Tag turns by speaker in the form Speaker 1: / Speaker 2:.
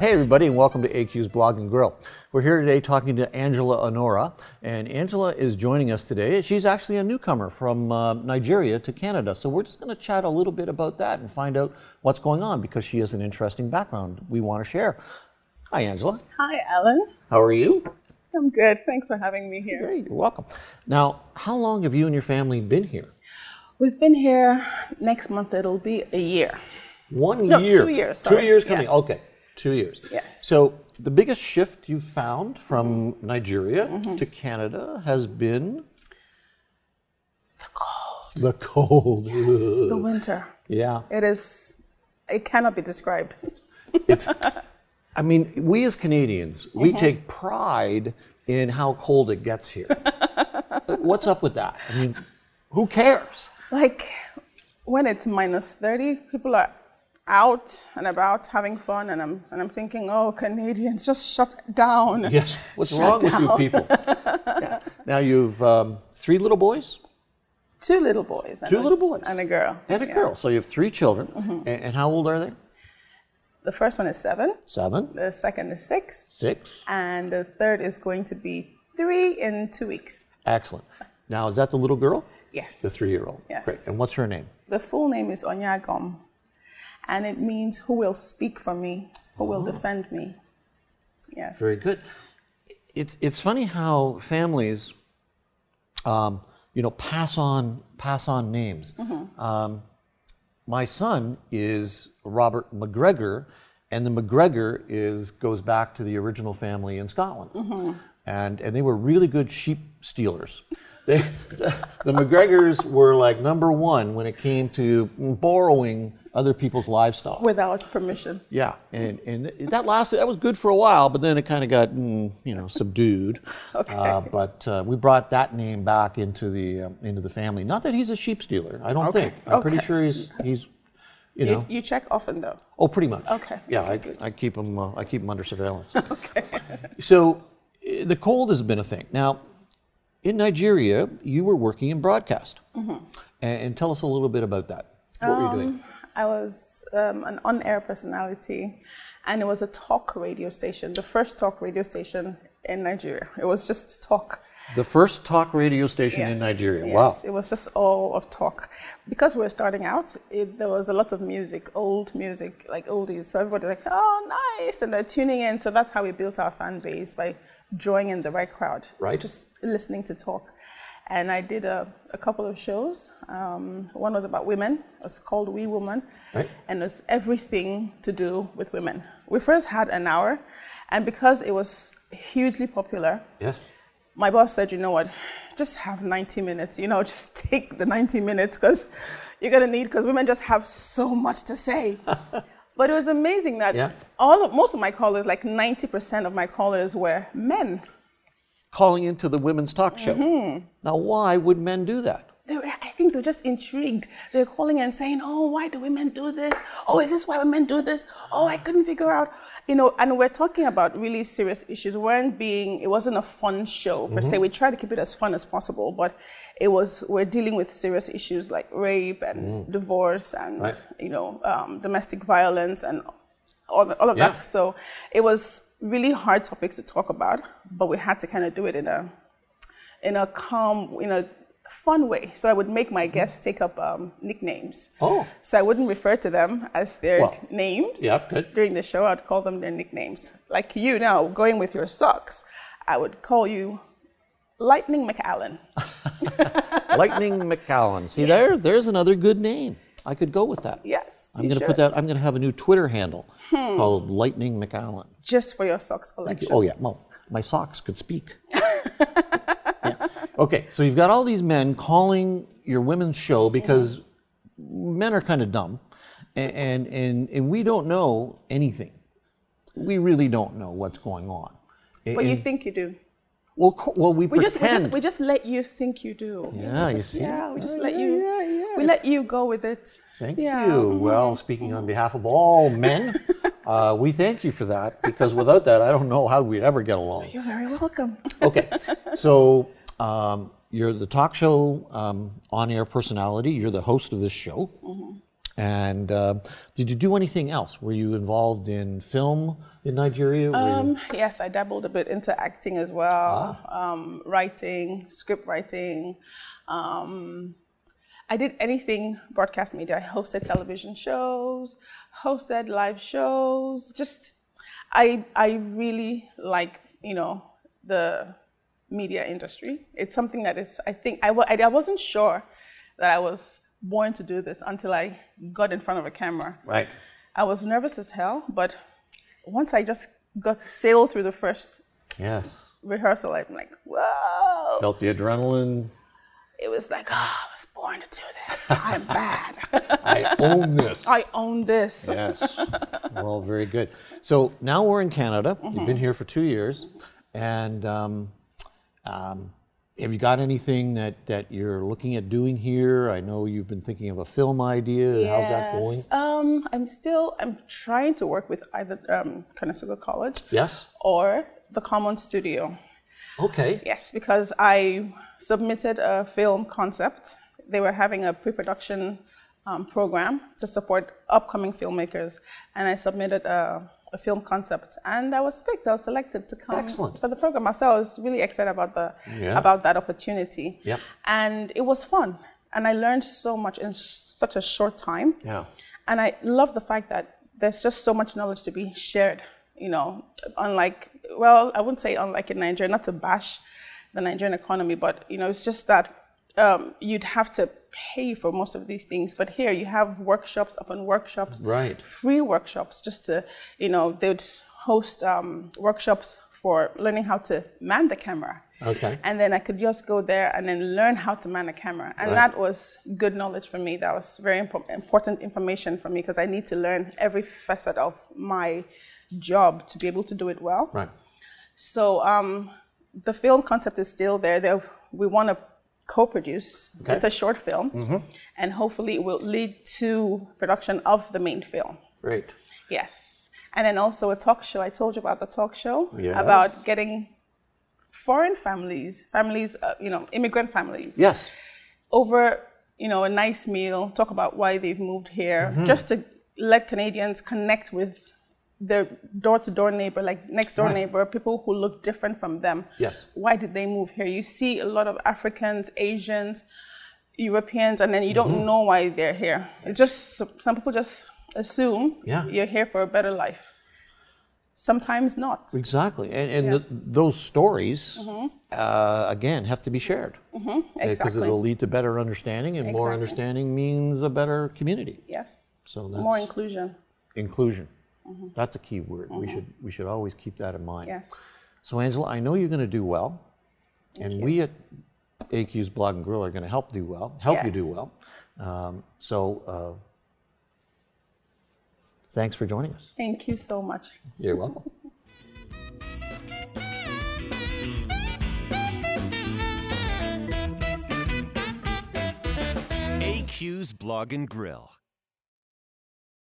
Speaker 1: Hey, everybody, and welcome to AQ's Blog and Grill. We're here today talking to Angela Honora, and Angela is joining us today. She's actually a newcomer from uh, Nigeria to Canada, so we're just going to chat a little bit about that and find out what's going on because she has an interesting background we want to share. Hi, Angela.
Speaker 2: Hi, Alan.
Speaker 1: How are you?
Speaker 2: I'm good. Thanks for having me here.
Speaker 1: Great, you're welcome. Now, how long have you and your family been here?
Speaker 2: We've been here. Next month it'll be a year.
Speaker 1: One
Speaker 2: No,
Speaker 1: year.
Speaker 2: two years,
Speaker 1: Two
Speaker 2: sorry.
Speaker 1: years coming.
Speaker 2: Yes.
Speaker 1: Okay, two years.
Speaker 2: Yes.
Speaker 1: So the biggest shift you found from Nigeria
Speaker 2: Mm-hmm.
Speaker 1: to Canada has been the cold. The cold.
Speaker 2: It's the winter.
Speaker 1: Yeah.
Speaker 2: It is. It cannot be described.
Speaker 1: It's. I mean, we as Canadians, we
Speaker 2: Mm-hmm.
Speaker 1: take pride in how cold it gets here. What's up with that? I mean, who cares?
Speaker 2: Like when it's minus 30, people are out and about having fun, and I'm and I'm thinking, oh, Canadians, just shut down.
Speaker 1: Yes. What's
Speaker 2: Shut
Speaker 1: wrong with you
Speaker 2: down.
Speaker 1: people? Yeah. Now you've um, three little boys.
Speaker 2: Two little boys. and
Speaker 1: Two
Speaker 2: a-
Speaker 1: little boys.
Speaker 2: and a girl.
Speaker 1: And a
Speaker 2: Yeah. Mm-hmm.
Speaker 1: girl. So you have three children. A- And, how old are they?
Speaker 2: The first one is seven.
Speaker 1: Seven,
Speaker 2: The second is six,
Speaker 1: six.
Speaker 2: and the third is going to be three in two weeks.
Speaker 1: Excellent. Now, is that the little girl?
Speaker 2: Yes.
Speaker 1: The three year old.
Speaker 2: Yes.
Speaker 1: Great. And what's her name?
Speaker 2: The full name is Onyagom, and it means who will speak for me, who will defend me. Yeah.
Speaker 1: Very good. It's, it's funny how families, um, you know, pass on, pass on names. Um, my son is Robert McGregor, and the McGregor is goes back to the original family in Scotland, and and they were really good sheep stealers. They, the McGregors were like number one when it came to borrowing other people's livestock.
Speaker 2: Without permission.
Speaker 1: Yeah, and and th- that lasted. That was good for a while, but then it kind of got mm, you know subdued.
Speaker 2: Okay.
Speaker 1: Uh, but uh, we brought that name back into the um, into the family. Not that he's a sheep stealer. I don't
Speaker 2: Okay.
Speaker 1: think. I'm pretty
Speaker 2: Okay.
Speaker 1: sure he's he's you know
Speaker 2: You, you check often though.
Speaker 1: oh pretty much.
Speaker 2: Okay.
Speaker 1: Yeah, I,
Speaker 2: Okay, good.
Speaker 1: I keep him uh, I keep him under surveillance. okay. So eh, the cold has been a thing. Now, in Nigeria, you were working in broadcast,
Speaker 2: Mm-hmm.
Speaker 1: and, and tell us a little bit about that. What were you doing?
Speaker 2: I was um, an on air personality, and it was a talk radio station, the first talk radio station in Nigeria. It was just talk.
Speaker 1: The first talk radio station in
Speaker 2: Yes,
Speaker 1: Nigeria.
Speaker 2: Yes.
Speaker 1: Wow.
Speaker 2: It was just all of talk. Because we were starting out, it, there was a lot of music, old music, like oldies. So everybody was like, oh, nice. And they're tuning in. So that's how we built our fan base by drawing in the right crowd.
Speaker 1: Right.
Speaker 2: Just listening to talk. And I did a, a couple of shows. Um, one was about women. It was called We Woman.
Speaker 1: Right.
Speaker 2: And it was everything to do with women. We first had an hour. And because it was hugely popular,
Speaker 1: Yes.
Speaker 2: my boss said, you know what, just have 90 minutes, you know, just take the 90 minutes because you're going to need, because women just have so much to say. but it was amazing that
Speaker 1: Yeah.
Speaker 2: all of, most of my callers, like 90% of my callers were men.
Speaker 1: calling into the women's talk show.
Speaker 2: Mm-hmm.
Speaker 1: Now, why would men do that?
Speaker 2: They were, I think they were just intrigued. They were calling and saying, oh, why do women do this? Oh, is this why women do this? Oh, I couldn't figure out, you know, and we're talking about really serious issues. We weren't being, it wasn't a fun show per
Speaker 1: Mm-hmm.
Speaker 2: se. We tried to keep it as fun as possible, but it was, we're dealing with serious issues like rape and divorce and,
Speaker 1: Mm. Right.
Speaker 2: you know, um, domestic violence and all, the, all of
Speaker 1: Yeah.
Speaker 2: that. So it was really hard topics to talk about, but we had to kind of do it in a, in a calm, in a fun way. So I would make my guests take up um, nicknames.
Speaker 1: Mm-hmm. Oh.
Speaker 2: So I wouldn't refer to them as their
Speaker 1: Well,
Speaker 2: names
Speaker 1: yeah, good.
Speaker 2: during the show. I'd call them their nicknames. Like you now, going with your socks, I would call you Lightning McAllen.
Speaker 1: Ah, Lightning McCowan. See there? There's another good name. I could go with that.
Speaker 2: Yes,
Speaker 1: I'm
Speaker 2: you
Speaker 1: going to put
Speaker 2: should. Hmm.
Speaker 1: that. I'm going to have a new Twitter handle called Lightning McCowan.
Speaker 2: Just for your socks collection.
Speaker 1: Oh yeah. Well, my socks could speak. Yeah. Okay. So you've got all these men calling your women's show because men are kind of dumb, and, and and and we don't know anything. We really don't know what's going on.
Speaker 2: But you think you do.
Speaker 1: Well, co- well, we,
Speaker 2: We just, we
Speaker 1: pretend.
Speaker 2: just we just let you think you do. You know,
Speaker 1: Yeah, you
Speaker 2: just-
Speaker 1: see?
Speaker 2: Yeah, we just
Speaker 1: Yeah,
Speaker 2: let
Speaker 1: yeah,
Speaker 2: you.
Speaker 1: yeah, yeah.
Speaker 2: We let you go with it.
Speaker 1: Thank
Speaker 2: yeah. Mm-hmm.
Speaker 1: you. Well, speaking on behalf of all men, uh, we thank you for that because without that, I don't know how we'd ever get along.
Speaker 2: You're very welcome.
Speaker 1: Okay, so um, you're the talk show um, on air personality, you're the host of this show.
Speaker 2: Mm-hmm.
Speaker 1: And uh, did you do anything else? Were you involved in film in Nigeria? Were you-
Speaker 2: Um, yes, I dabbled a bit into acting as well, um, writing, script writing. Um, I did anything broadcast media. I hosted television shows, hosted live shows. Just, I I really like you know the media industry. It's something that is I think I wa- I, I wasn't sure that I was born to do this until I got in front of a camera.
Speaker 1: right.
Speaker 2: I was nervous as hell, but once I just got sailed through the first
Speaker 1: Yes.
Speaker 2: rehearsal, I'm like, whoa!
Speaker 1: Felt the adrenaline.
Speaker 2: It was like, oh, I was born to do this. I'm bad.
Speaker 1: I own this.
Speaker 2: I own this.
Speaker 1: Yes. well, very good. So now we're in Canada. You've been here for two years, and um, um, have you got anything that that you're looking at doing here? I know you've been thinking of a film idea. How's that going?
Speaker 2: Yes. Um, I'm still. I'm trying to work with either um, Conestoga College
Speaker 1: Yes.
Speaker 2: or the Common Studio.
Speaker 1: Okay.
Speaker 2: Yes, because I submitted a film concept. They were having a pre production um, program to support upcoming filmmakers, and I submitted a, a film concept, and I was picked. I was selected to come
Speaker 1: Excellent.
Speaker 2: for the program. So I was really excited about the
Speaker 1: Yeah.
Speaker 2: about that opportunity.
Speaker 1: Yep.
Speaker 2: And it was fun, and I learned so much in such a short time.
Speaker 1: Yeah.
Speaker 2: And I love the fact that there's just so much knowledge to be shared, you know, unlike, well, I wouldn't say unlike in Nigeria, not to bash the Nigerian economy, but, you know, it's just that um, you'd have to pay for most of these things. But here you have workshops upon workshops,
Speaker 1: Right.
Speaker 2: free workshops just to, you know, they'd host um, workshops for learning how to man the camera.
Speaker 1: Okay.
Speaker 2: And then I could just go there and then learn how to man a camera. And that was good knowledge for me. That was very impo- important information for me because I need to learn every facet of my job to be able to do it well.
Speaker 1: Right.
Speaker 2: So um, the film concept is still there. there we want to co-produce.
Speaker 1: Okay. Mm-hmm.
Speaker 2: It's a short film, and hopefully it will lead to production of the main film.
Speaker 1: Great.
Speaker 2: Yes. And then also a talk show. I told you about the talk show
Speaker 1: Yes.
Speaker 2: about getting foreign families, families, uh, you know, immigrant families,
Speaker 1: Yes.
Speaker 2: over, you know, a nice meal, talk about why they've moved here,
Speaker 1: Mm-hmm.
Speaker 2: just to let Canadians connect with their door to door neighbor, like next door neighbor, people who look different from them.
Speaker 1: Yes.
Speaker 2: Why did they move here? You see a lot of Africans, Asians, Europeans, and then you don't
Speaker 1: Mm-hmm.
Speaker 2: know why they're here. It's just some people just assume
Speaker 1: Yeah.
Speaker 2: you're here for a better life. Sometimes not.
Speaker 1: Exactly. And, and th those stories, uh, again, have to be shared because
Speaker 2: Mm-hmm. Exactly.
Speaker 1: it'll lead to better understanding, and more
Speaker 2: Exactly.
Speaker 1: understanding means a better community.
Speaker 2: Yes.
Speaker 1: So that's
Speaker 2: More inclusion.
Speaker 1: inclusion. That's a key word. We should we should always keep that in mind.
Speaker 2: Mm-hmm. Yes.
Speaker 1: So Angela, I know you're going to do well, and we at AQ's Blog and Grill are going to help do well, help you do
Speaker 2: Yes.
Speaker 1: well. Um, so uh, thanks for joining us.
Speaker 2: Thank you so much.
Speaker 1: You're welcome.
Speaker 3: AQ's Blog and Grill.